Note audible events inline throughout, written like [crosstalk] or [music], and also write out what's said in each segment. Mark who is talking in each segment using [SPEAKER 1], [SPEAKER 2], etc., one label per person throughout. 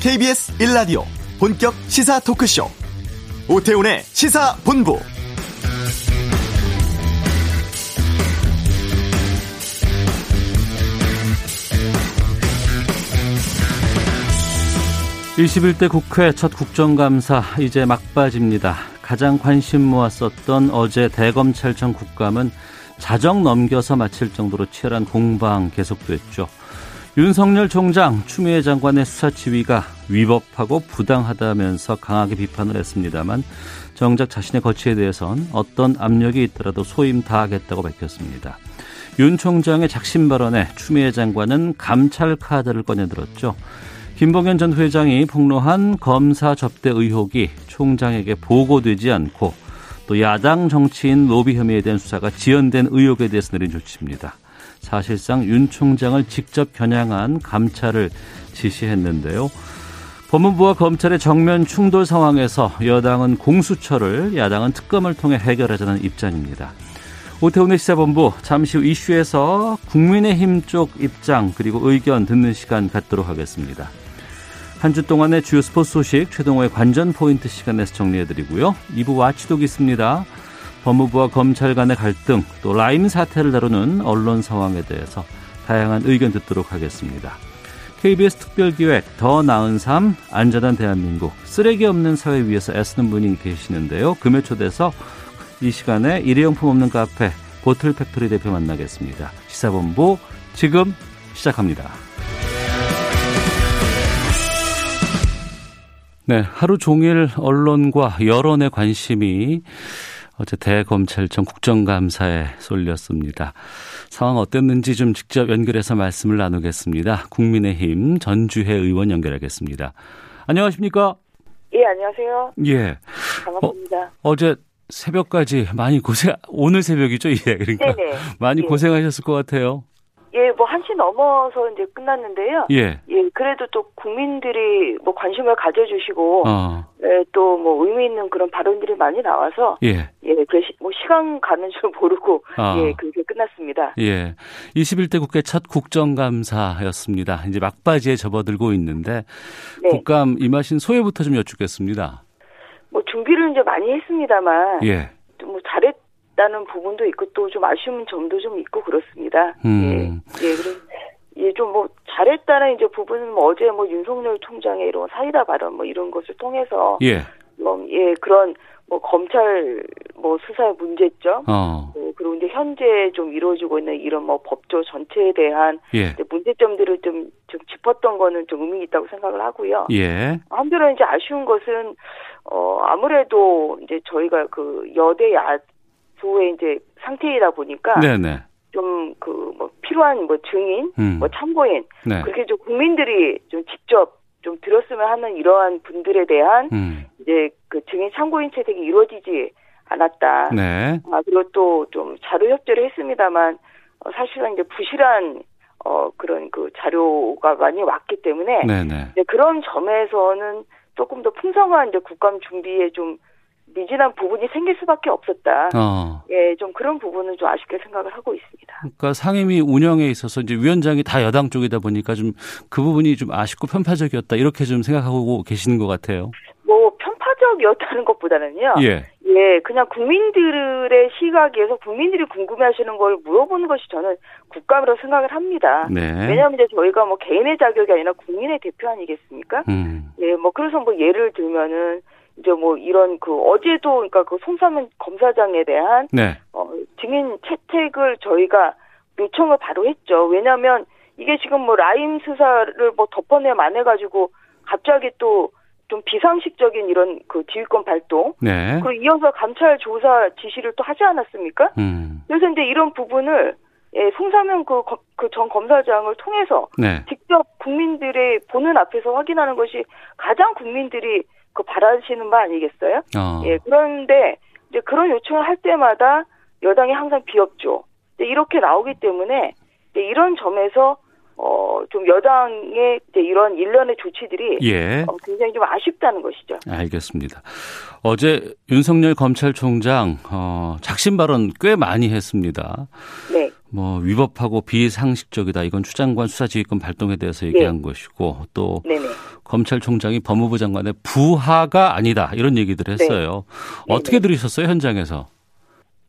[SPEAKER 1] KBS 1라디오 본격 시사 토크쇼 오태훈의 시사본부
[SPEAKER 2] 일십일 대 국회 첫 국정감사 이제 막바지입니다. 가장 관심 모았었던 어제 대검찰청 국감은 자정 넘겨서 마칠 정도로 치열한 공방 계속됐죠. 윤석열 총장, 추미애 장관의 수사 지휘가 위법하고 부당하다면서 강하게 비판을 했습니다만 정작 자신의 거취에 대해선 어떤 압력이 있더라도 소임 다하겠다고 밝혔습니다. 윤 총장의 작심 발언에 추미애 장관은 감찰 카드를 꺼내들었죠. 김봉현 전 회장이 폭로한 검사 접대 의혹이 총장에게 보고되지 않고 또 야당 정치인 로비 혐의에 대한 수사가 지연된 의혹에 대해서 내린 조치입니다. 사실상 윤 총장을 직접 겨냥한 감찰을 지시했는데요. 법무부와 검찰의 정면 충돌 상황에서 여당은 공수처를 야당은 특검을 통해 해결하자는 입장입니다. 오태훈의 시사본부 잠시 후 이슈에서 국민의힘 쪽 입장 그리고 의견 듣는 시간 갖도록 하겠습니다. 한 주 동안의 주요 스포츠 소식 최동호의 관전 포인트 시간에서 정리해드리고요. 2부 와치독 있습니다. 법무부와 검찰 간의 갈등 또 라임 사태를 다루는 언론 상황에 대해서 다양한 의견 듣도록 하겠습니다. KBS 특별기획 더 나은 삶 안전한 대한민국 쓰레기 없는 사회 위해서 애쓰는 분이 계시는데요. 금요 초대서 이 시간에 일회용품 없는 카페 보틀 팩토리 대표 만나겠습니다. 시사본부 지금 시작합니다. 네, 하루 종일 언론과 여론의 관심이 어제 대검찰청 국정감사에 쏠렸습니다. 상황 어땠는지 좀 직접 연결해서 말씀을 나누겠습니다. 국민의힘 전주혜 의원 연결하겠습니다. 안녕하십니까?
[SPEAKER 3] 예, 안녕하세요.
[SPEAKER 2] 예.
[SPEAKER 3] 반갑습니다.
[SPEAKER 2] 어, 제 새벽까지 많이 고생, 오늘 새벽이죠? 예, 그러니까.
[SPEAKER 3] 네네.
[SPEAKER 2] 많이
[SPEAKER 3] 예.
[SPEAKER 2] 고생하셨을 것 같아요.
[SPEAKER 3] 예, 뭐, 한 시 넘어서 이제 끝났는데요.
[SPEAKER 2] 예.
[SPEAKER 3] 예, 그래도 또 국민들이 뭐 관심을 가져주시고,
[SPEAKER 2] 어,
[SPEAKER 3] 예, 또 뭐 의미 있는 그런 발언들이 많이 나와서,
[SPEAKER 2] 예.
[SPEAKER 3] 예, 그, 시, 뭐 시간 가는 줄 모르고,
[SPEAKER 2] 아.
[SPEAKER 3] 예, 그렇게 끝났습니다.
[SPEAKER 2] 예. 21대 국회 첫 국정감사였습니다. 이제 막바지에 접어들고 있는데 예.
[SPEAKER 3] 네.
[SPEAKER 2] 국감 임하신 소회부터 좀 여쭙겠습니다.
[SPEAKER 3] 뭐 준비를 이제 많이 했습니다만,
[SPEAKER 2] 예.
[SPEAKER 3] 또뭐 잘했다는 부분도 있고 또 좀 아쉬운 점도 좀 있고 그렇습니다.
[SPEAKER 2] 음.
[SPEAKER 3] 예, 예, 그럼 예, 좀 뭐 잘했다는 이제 부분은 뭐 어제 뭐 윤석열 총장의 이런 사이다 발언 뭐 이런 것을 통해서
[SPEAKER 2] 예.
[SPEAKER 3] 뭐, 예, 그런, 뭐, 검찰, 뭐, 수사의 문제점,
[SPEAKER 2] 어.
[SPEAKER 3] 어, 그리고 이제 현재 좀 이루어지고 있는 이런 뭐 법조 전체에 대한
[SPEAKER 2] 예.
[SPEAKER 3] 이제 문제점들을 좀, 좀 짚었던 거는 좀 의미 있다고 생각을 하고요.
[SPEAKER 2] 예.
[SPEAKER 3] 한편으로 이제 아쉬운 것은, 어, 아무래도 이제 저희가 그 여대 야소의 이제 상태이다 보니까
[SPEAKER 2] 네, 네.
[SPEAKER 3] 좀 그 뭐 필요한 뭐 증인,
[SPEAKER 2] 음.
[SPEAKER 3] 뭐 참고인,
[SPEAKER 2] 네.
[SPEAKER 3] 그렇게 좀 국민들이 좀 직접 좀 들었으면 하는 이러한 분들에 대한
[SPEAKER 2] 음.
[SPEAKER 3] 이제 그 증인 참고인 채택이 이루어지지 않았다.
[SPEAKER 2] 네.
[SPEAKER 3] 아, 그리고 또 좀 자료 협조를 했습니다만 어, 사실은 이제 부실한 어, 그런 그 자료가 많이 왔기 때문에
[SPEAKER 2] 네, 네.
[SPEAKER 3] 이제 그런 점에서는 조금 더 풍성한 이제 국감 준비에 좀 미진한 부분이 생길 수밖에 없었다.
[SPEAKER 2] 어.
[SPEAKER 3] 예, 좀 그런 부분은 좀 아쉽게 생각을 하고 있습니다.
[SPEAKER 2] 그러니까 상임위 운영에 있어서 이제 위원장이 다 여당 쪽이다 보니까 좀 그 부분이 좀 아쉽고 편파적이었다 이렇게 좀 생각하고 계시는 것 같아요.
[SPEAKER 3] 뭐 편파적이었다는 [laughs] 것보다는요.
[SPEAKER 2] 예.
[SPEAKER 3] 예, 그냥 국민들의 시각에서 국민들이 궁금해하시는 걸 물어보는 것이 저는 국감이라고 생각을 합니다.
[SPEAKER 2] 네.
[SPEAKER 3] 아, 왜냐하면 이제 저희가 뭐 개인의 자격이 아니라 국민의 대표 아니겠습니까?
[SPEAKER 2] 음.
[SPEAKER 3] 예, 뭐 그래서 뭐 예를 들면은 이제 뭐 이런 그 어제도 그러니까 그 송사면 검사장에 대한
[SPEAKER 2] 네.
[SPEAKER 3] 어, 증인 채택을 저희가 요청을 바로 했죠. 왜냐하면 이게 지금 뭐 라임 수사를 뭐 덮어내면 안 해가지고 갑자기 또 좀 비상식적인 이런 그 지휘권 발동
[SPEAKER 2] 네.
[SPEAKER 3] 그리고 이어서 감찰 조사 지시를 또 하지 않았습니까?
[SPEAKER 2] 음.
[SPEAKER 3] 그래서 이제 이런 부분을 예, 송사면 그 그 전 검사장을 통해서
[SPEAKER 2] 네.
[SPEAKER 3] 직접 국민들의 보는 앞에서 확인하는 것이 가장 국민들이 그 바라시는 바 아니겠어요?
[SPEAKER 2] 어.
[SPEAKER 3] 예, 그런데 이제 그런 요청을 할 때마다 여당이 항상 비협조 이제 이렇게 나오기 때문에 이제 이런 점에서 어, 좀 여당의 이제 이런 일련의 조치들이
[SPEAKER 2] 예.
[SPEAKER 3] 어, 굉장히 좀 아쉽다는 것이죠.
[SPEAKER 2] 알겠습니다. 어제 윤석열 검찰총장 어, 작심 발언 꽤 많이 했습니다.
[SPEAKER 3] 네.
[SPEAKER 2] 뭐 위법하고 비상식적이다. 이건 추장관 수사지휘권 발동에
[SPEAKER 3] 네.
[SPEAKER 2] 대해서 얘기한 것이고 또
[SPEAKER 3] 네네.
[SPEAKER 2] 검찰총장이 법무부 장관의 부하가 아니다. 이런
[SPEAKER 3] 네.
[SPEAKER 2] 얘기들을 했어요. 어떻게 들으셨어요 현장에서?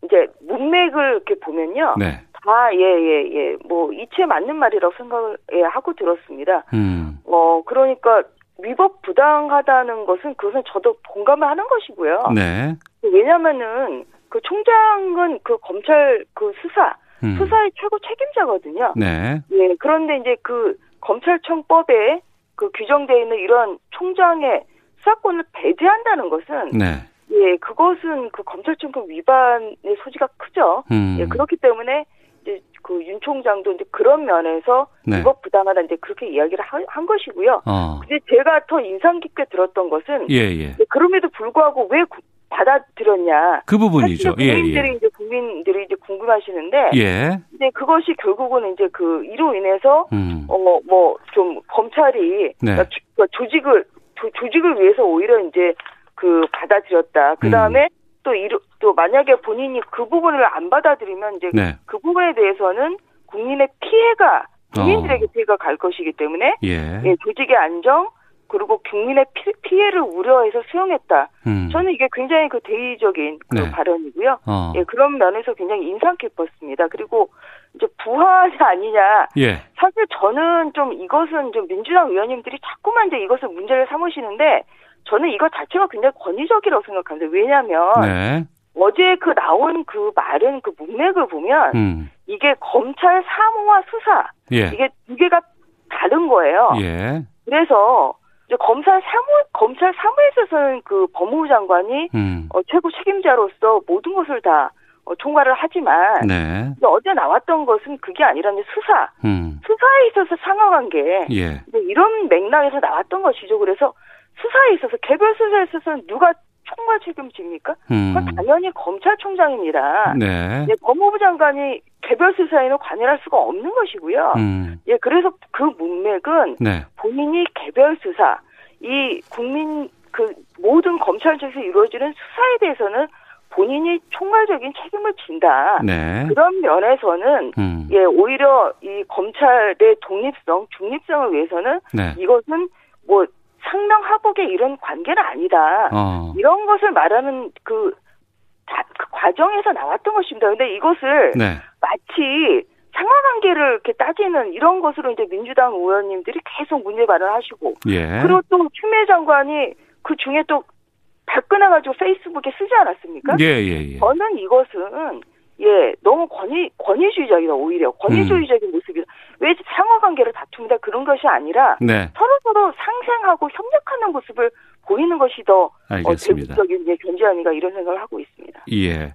[SPEAKER 3] 이제 문맥을 이렇게 보면요.
[SPEAKER 2] 네.
[SPEAKER 3] 다, 예, 예, 예. 뭐, 이치에 맞는 말이라고 생각을, 예, 하고 들었습니다.
[SPEAKER 2] 음.
[SPEAKER 3] 어, 그러니까, 위법 부당하다는 것은, 그것은 저도 공감을 하는 것이고요.
[SPEAKER 2] 네.
[SPEAKER 3] 왜냐면은, 그 총장은 그 검찰 그 수사,
[SPEAKER 2] 음.
[SPEAKER 3] 수사의 최고 책임자거든요.
[SPEAKER 2] 네.
[SPEAKER 3] 예, 그런데 이제 그 검찰청법에 그 규정되어 있는 이런 총장의 수사권을 배제한다는 것은,
[SPEAKER 2] 네.
[SPEAKER 3] 예, 그것은 그 검찰청법 위반의 소지가 크죠.
[SPEAKER 2] 음.
[SPEAKER 3] 예, 그렇기 때문에 이제 그 윤 총장도 이제 그런 면에서
[SPEAKER 2] 네.
[SPEAKER 3] 위법 부당하다 이제 그렇게 이야기를 하- 한 것이고요.
[SPEAKER 2] 어.
[SPEAKER 3] 근데 제가 더 인상 깊게 들었던 것은
[SPEAKER 2] 예, 예.
[SPEAKER 3] 이제 그럼에도 불구하고 왜 구- 받아들였냐.
[SPEAKER 2] 그 부분이죠.
[SPEAKER 3] 사실
[SPEAKER 2] 예,
[SPEAKER 3] 국민들이
[SPEAKER 2] 예.
[SPEAKER 3] 이제 국민들이 이제 궁금하시는데
[SPEAKER 2] 예.
[SPEAKER 3] 근데 그것이 결국은 이제 그 이로 인해서
[SPEAKER 2] 음.
[SPEAKER 3] 어뭐 좀 검찰이
[SPEAKER 2] 네.
[SPEAKER 3] 그러니까 조- 그러니까 조직을 조, 조직을 위해서 오히려 이제 그 받아들였다. 그 다음에 또 이로 또 만약에 본인이 그 부분을 안 받아들이면 이제
[SPEAKER 2] 네.
[SPEAKER 3] 그 부분에 대해서는 국민의 피해가 국민들에게
[SPEAKER 2] 어.
[SPEAKER 3] 피해가 갈 것이기 때문에
[SPEAKER 2] 예.
[SPEAKER 3] 예, 조직의 안정 그리고 국민의 피, 해를 우려해서 수용했다.
[SPEAKER 2] 음.
[SPEAKER 3] 저는 이게 굉장히 그 대의적인 그
[SPEAKER 2] 네.
[SPEAKER 3] 발언이고요.
[SPEAKER 2] 어.
[SPEAKER 3] 예, 그런 면에서 굉장히 인상 깊었습니다. 그리고 이제 부하지 아니냐.
[SPEAKER 2] 예.
[SPEAKER 3] 사실 저는 좀 이것은 좀 민주당 의원님들이 자꾸만 이제 이것을 문제를 삼으시는데 저는 이거 자체가 굉장히 권위적이라고 생각합니다. 왜냐하면
[SPEAKER 2] 네.
[SPEAKER 3] 어제 그 나온 그 말은 그 문맥을 보면
[SPEAKER 2] 음.
[SPEAKER 3] 이게 검찰 사무와 수사
[SPEAKER 2] 예.
[SPEAKER 3] 이게 뭐 두 개가 다른 거예요.
[SPEAKER 2] 예.
[SPEAKER 3] 그래서 이제 검찰 사무 검찰 사무에서는 그 법무부 장관이
[SPEAKER 2] 음.
[SPEAKER 3] 어, 최고 책임자로서 모든 것을 다 어, 총괄을 하지만
[SPEAKER 2] 네.
[SPEAKER 3] 근데 어제 나왔던 것은 그게 아니라 이제 수사
[SPEAKER 2] 음.
[SPEAKER 3] 수사에 있어서 상하관계
[SPEAKER 2] 예.
[SPEAKER 3] 근데 이런 맥락에서 나왔던 것이죠. 그래서 수사에 있어서 개별 수사에 있어서는 누가 총괄 책임집니까?
[SPEAKER 2] 음.
[SPEAKER 3] 그건 당연히 검찰총장입니다.
[SPEAKER 2] 네.
[SPEAKER 3] 예, 법무부 장관이 개별 수사에는 관여할 수가 없는 것이고요.
[SPEAKER 2] 음.
[SPEAKER 3] 예, 그래서 그 문맥은
[SPEAKER 2] 네.
[SPEAKER 3] 본인이 개별 수사, 이 국민 그 모든 검찰 쪽에서 이루어지는 수사에 대해서는 본인이 총괄적인 책임을 진다.
[SPEAKER 2] 네.
[SPEAKER 3] 아, 그런 면에서는
[SPEAKER 2] 음.
[SPEAKER 3] 예, 오히려 이 검찰의 독립성, 중립성을 위해서는
[SPEAKER 2] 네.
[SPEAKER 3] 이것은 뭐 상당 하복의 이런 관계는 아니다.
[SPEAKER 2] 어.
[SPEAKER 3] 이런 것을 말하는 그, 자- 그 과정에서 나왔던 것입니다. 근데 이것을
[SPEAKER 2] 네.
[SPEAKER 3] 마치 상하관계를 이렇게 따지는 이런 것으로 이제 민주당 의원님들이 계속 문제 발언하시고
[SPEAKER 2] 예.
[SPEAKER 3] 그리고 또 추미애 장관이 그 중에 또 발끈해 가지고 페이스북에 쓰지 않았습니까?
[SPEAKER 2] 예, 예, 예.
[SPEAKER 3] 저는 이것은 예 너무 권위 권위주의적이다 오히려
[SPEAKER 2] 음.
[SPEAKER 3] 권위주의적인 모습이다. 왜 상하관계를 다툽다 그런 것이 아니라
[SPEAKER 2] 네.
[SPEAKER 3] 서로 서로 상생하고 협력하는 모습을 보이는 것이 더 어,
[SPEAKER 2] 알겠습니다.
[SPEAKER 3] 대국적인 예, 견제 아닌가 이런 생각을 하고 있습니다.
[SPEAKER 2] 예.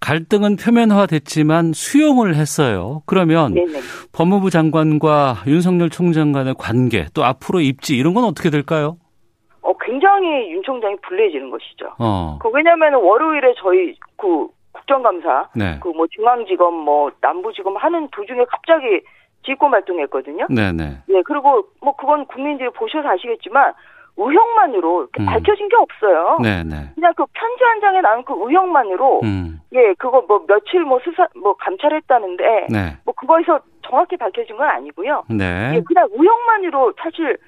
[SPEAKER 2] 갈등은 표면화됐지만 수용을 했어요. 그러면
[SPEAKER 3] 네네.
[SPEAKER 2] 법무부 장관과 윤석열 총장 간의 관계 또 앞으로 입지 이런 건 어떻게 될까요?
[SPEAKER 3] 어, 굉장히 윤 총장이 불리해지는 것이죠.
[SPEAKER 2] 어.
[SPEAKER 3] 그 왜냐하면 월요일에 저희 그 국정감사
[SPEAKER 2] 네.
[SPEAKER 3] 그 뭐 중앙지검 뭐 남부지검 하는 도중에 갑자기 짓고 말동했거든요.
[SPEAKER 2] 네, 네.
[SPEAKER 3] 예 그리고 뭐 그건 국민들이 보셔서 아시겠지만 의혹만으로 이렇게
[SPEAKER 2] 음.
[SPEAKER 3] 밝혀진 게 없어요.
[SPEAKER 2] 네, 네.
[SPEAKER 3] 그냥 그 편지 한 장에 나온 그 의혹만으로
[SPEAKER 2] 음.
[SPEAKER 3] 예 그거 뭐 며칠 뭐 수사 뭐 감찰했다는데
[SPEAKER 2] 네.
[SPEAKER 3] 뭐 그거에서 정확히 밝혀진 건 아니고요.
[SPEAKER 2] 네.
[SPEAKER 3] 예, 그냥 의혹만으로 사실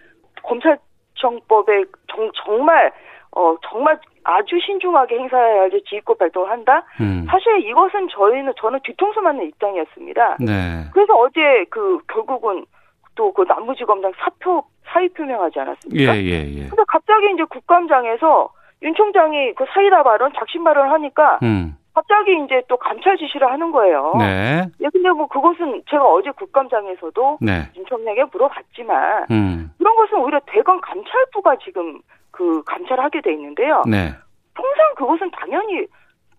[SPEAKER 3] 검찰청법에 정, 정말 어 정말 아주 신중하게 행사해야지 지휘권 발동을 한다.
[SPEAKER 2] 음.
[SPEAKER 3] 사실 이것은 저희는 저는 뒤통수 맞는 입장이었습니다.
[SPEAKER 2] 네.
[SPEAKER 3] 그래서 어제 그 결국은 또 그 남부지검장 사표 사의 표명하지
[SPEAKER 2] 예,
[SPEAKER 3] 않았습니까?
[SPEAKER 2] 예, 예.
[SPEAKER 3] 근데 갑자기 이제 국감장에서 윤 총장이 그 사이다 발언, 작심 발언을 하니까
[SPEAKER 2] 음.
[SPEAKER 3] 갑자기 이제 또 감찰 지시를 하는 거예요.
[SPEAKER 2] 네.
[SPEAKER 3] 예, 근데 뭐 그것은 제가 어제 국감장에서도
[SPEAKER 2] 네.
[SPEAKER 3] 윤 총장에게 물어봤지만
[SPEAKER 2] 음.
[SPEAKER 3] 그런 것은 오히려 대검 감찰부가 지금 그 감찰하게 돼 있는데요.
[SPEAKER 2] 네.
[SPEAKER 3] 통상 그것은 당연히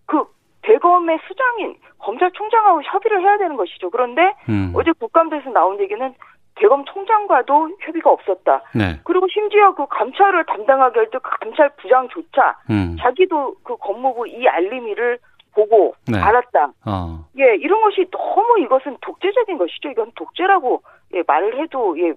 [SPEAKER 3] 그 대검의 수장인 검찰총장하고 협의를 해야 되는 것이죠. 그런데
[SPEAKER 2] 음.
[SPEAKER 3] 어제 국감대에서 나온 얘기는 대검 총장과도 협의가 없었다.
[SPEAKER 2] 네.
[SPEAKER 3] 그리고 심지어 그 감찰을 담당하게 할 때 그 감찰 부장조차
[SPEAKER 2] 음.
[SPEAKER 3] 자기도 그 법무부 이 알림이를 보고
[SPEAKER 2] 네.
[SPEAKER 3] 알았다.
[SPEAKER 2] 어.
[SPEAKER 3] 예, 이런 것이 너무 이것은 독재적인 것이죠. 이건 독재라고 예, 말을 해도 예,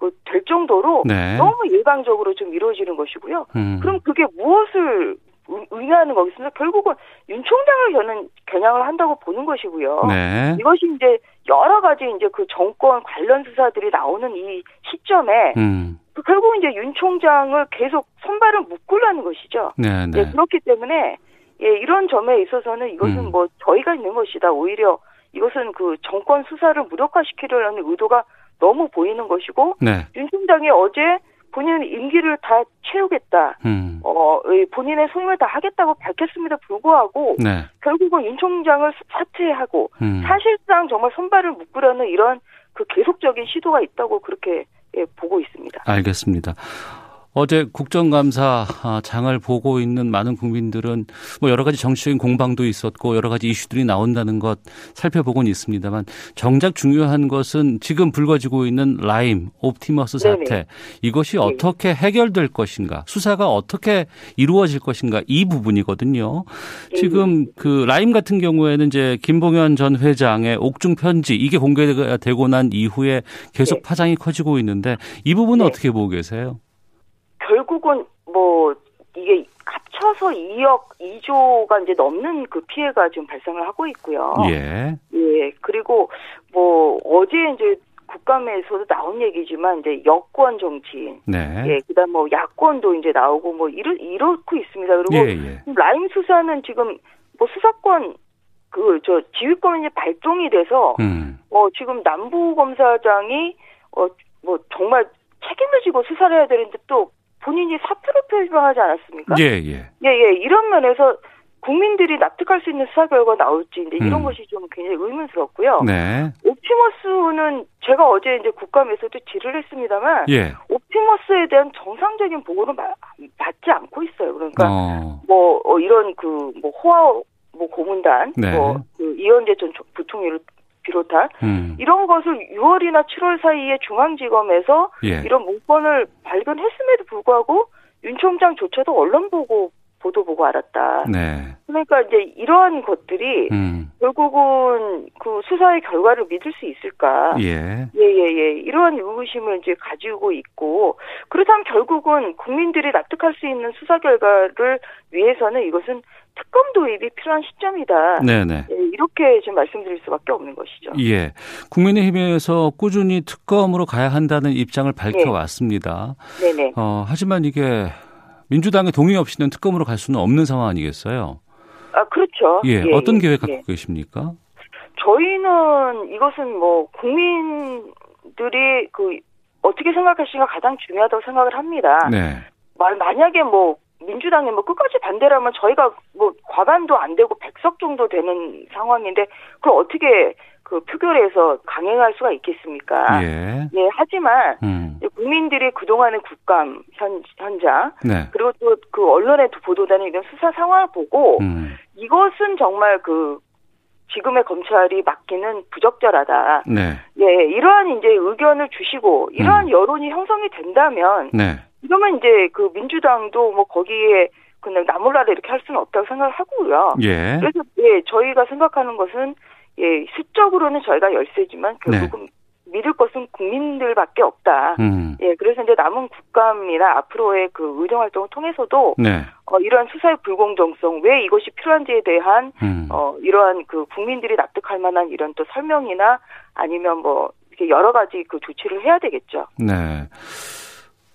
[SPEAKER 3] 그 될 정도로
[SPEAKER 2] 네.
[SPEAKER 3] 너무 일방적으로 좀 이루어지는 것이고요.
[SPEAKER 2] 음.
[SPEAKER 3] 그럼 그게 무엇을 의- 의미하는 거겠습니까? 결국은 윤 총장을 저는 겨냥을 한다고 보는 것이고요.
[SPEAKER 2] 네.
[SPEAKER 3] 이것이 이제 여러 가지 이제 그 정권 관련 수사들이 나오는 이 시점에
[SPEAKER 2] 음.
[SPEAKER 3] 그 결국 이제 윤 총장을 계속 손발을 묶으려는 것이죠.
[SPEAKER 2] 네,
[SPEAKER 3] 예,
[SPEAKER 2] 네.
[SPEAKER 3] 그렇기 때문에 예, 이런 점에 있어서는 이것은
[SPEAKER 2] 음.
[SPEAKER 3] 뭐 저희가 있는 것이다. 오히려 이것은 그 정권 수사를 무력화시키려는 의도가 너무 보이는 것이고
[SPEAKER 2] 네.
[SPEAKER 3] 윤 총장이 어제 본인 임기를 다 채우겠다.
[SPEAKER 2] 음.
[SPEAKER 3] 어, 이 본인의 소임을 다 하겠다고 밝혔음에도 불구하고
[SPEAKER 2] 네.
[SPEAKER 3] 결국은 윤 총장을 사퇴하고
[SPEAKER 2] 음.
[SPEAKER 3] 사실상 정말 손발을 묶으려는 이런 그 계속적인 시도가 있다고 그렇게 예, 보고 있습니다.
[SPEAKER 2] 알겠습니다. 어제 국정감사 아, 장을 보고 있는 많은 국민들은 뭐 여러 가지 정치적인 공방도 있었고 여러 가지 이슈들이 나온다는 것 살펴보곤 있습니다만 정작 중요한 것은 지금 불거지고 있는 라임, 옵티머스 사태
[SPEAKER 3] 네네. 예.
[SPEAKER 2] 이것이 어떻게 해결될 것인가 수사가 어떻게 이루어질 것인가 이 부분이거든요.
[SPEAKER 3] 네.
[SPEAKER 2] 지금 그 라임 같은 경우에는 이제 김봉현 전 회장의 옥중 편지 이게 공개가 되고 난 이후에 계속
[SPEAKER 3] 네.
[SPEAKER 2] 파장이 커지고 있는데 이 부분은
[SPEAKER 3] 네.
[SPEAKER 2] 어떻게 보고 계세요?
[SPEAKER 3] 결국은 뭐 이게 합쳐서 2억 2조가 이제 넘는 그 피해가 지금 발생을 하고 있고요.
[SPEAKER 2] 예.
[SPEAKER 3] 예, 그리고 뭐 어제 이제 국감에서도 나온 얘기지만 이제 여권 정치인,
[SPEAKER 2] 네.
[SPEAKER 3] 예, 그다음 뭐 야권도 이제 나오고 뭐 이렇 이렇고 있습니다.
[SPEAKER 2] 예,
[SPEAKER 3] 그리고
[SPEAKER 2] 예.
[SPEAKER 3] 라임 수사는 지금 뭐 수사권 그 저 지휘권이 이제 발동이 돼서
[SPEAKER 2] 음.
[SPEAKER 3] 어, 지금 남부 검사장이 어, 뭐 정말 책임을 지고 수사를 해야 되는데 또 본인이 사표를 표명하지 않았습니까?
[SPEAKER 2] 예, 예.
[SPEAKER 3] 예, 예. 이런 면에서 국민들이 납득할 수 있는 수사 결과 나올지 이제 이런
[SPEAKER 2] 음.
[SPEAKER 3] 것이 좀 굉장히 의문스럽고요.
[SPEAKER 2] 네.
[SPEAKER 3] 옵티머스는 제가 어제 이제 국감에서도 질의를 했습니다만
[SPEAKER 2] 예.
[SPEAKER 3] 옵티머스에 대한 정상적인 보고는 마- 받지 않고 있어요. 그러니까
[SPEAKER 2] 어.
[SPEAKER 3] 뭐 어, 이런 그 뭐 호화 뭐 고문단,
[SPEAKER 2] 네.
[SPEAKER 3] 뭐그 이현재 전 조- 부총리를 비롯한
[SPEAKER 2] 음.
[SPEAKER 3] 이런 것을 6월이나 7월 사이에 중앙지검에서
[SPEAKER 2] 예.
[SPEAKER 3] 이런 문건을 발견했음에도 불구하고 윤 총장조차도 언론 보고 보도 보고 알았다.
[SPEAKER 2] 네.
[SPEAKER 3] 그러니까 이제 이러한 것들이
[SPEAKER 2] 음.
[SPEAKER 3] 결국은 그 수사의 결과를 믿을 수 있을까?
[SPEAKER 2] 예.
[SPEAKER 3] 예예예 이러한 의구심을 이제 가지고 있고 그렇다면 결국은 국민들이 납득할 수 있는 수사 결과를 위해서는 이것은 특검 도입이 필요한 시점이다.
[SPEAKER 2] 네, 네.
[SPEAKER 3] 예, 이렇게 지금 말씀드릴 수밖에 없는 것이죠.
[SPEAKER 2] 예. 국민의힘에서 꾸준히 특검으로 가야 한다는 입장을
[SPEAKER 3] 예.
[SPEAKER 2] 밝혀왔습니다.
[SPEAKER 3] 네네.
[SPEAKER 2] 어, 하지만 이게 민주당의 동의 없이는 특검으로 갈 수는 없는 상황 아니겠어요?
[SPEAKER 3] 아 그렇죠.
[SPEAKER 2] 예. 어떤 계획
[SPEAKER 3] 예.
[SPEAKER 2] 갖고 계십니까?
[SPEAKER 3] 저희는 이것은 뭐 국민들이 그 어떻게 생각하시는가 가장 중요하다고 생각을 합니다.
[SPEAKER 2] 네.
[SPEAKER 3] 말- 만약에 뭐 민주당이 뭐 끝까지 반대라면 저희가 뭐 과반도 안 되고 100석 정도 되는 상황인데 그걸 어떻게 그 표결에서 강행할 수가 있겠습니까?
[SPEAKER 2] 예.
[SPEAKER 3] 예, 하지만
[SPEAKER 2] 음.
[SPEAKER 3] 이제 국민들이 그동안의 국감 현, 현장
[SPEAKER 2] 네.
[SPEAKER 3] 그리고 또 그 언론에 보도되는 이런 수사 상황을 보고
[SPEAKER 2] 음.
[SPEAKER 3] 이것은 정말 그 지금의 검찰이 맡기는 부적절하다.
[SPEAKER 2] 네.
[SPEAKER 3] 예, 이러한 이제 의견을 주시고 이러한
[SPEAKER 2] 음.
[SPEAKER 3] 여론이 형성이 된다면
[SPEAKER 2] 네.
[SPEAKER 3] 이러면 이제 그 민주당도 뭐 거기에 그냥 나몰라라 이렇게 할 수는 없다고 생각을 하고요.
[SPEAKER 2] 예.
[SPEAKER 3] 그래서 예, 저희가 생각하는 것은 예, 수적으로는 저희가 열세지만 결국은 믿을 것은 국민들밖에 없다.
[SPEAKER 2] 네. 음.
[SPEAKER 3] 예, 그래서 이제 남은 국감이나 앞으로의 그 의정 활동을 통해서도
[SPEAKER 2] 네.
[SPEAKER 3] 어, 이러한 수사의 불공정성, 왜 이것이 필요한지에 대한
[SPEAKER 2] 음.
[SPEAKER 3] 어, 이러한 그 국민들이 납득할 만한 이런 또 설명이나 아니면 뭐 이렇게 여러 가지 그 조치를 해야 되겠죠.
[SPEAKER 2] 네.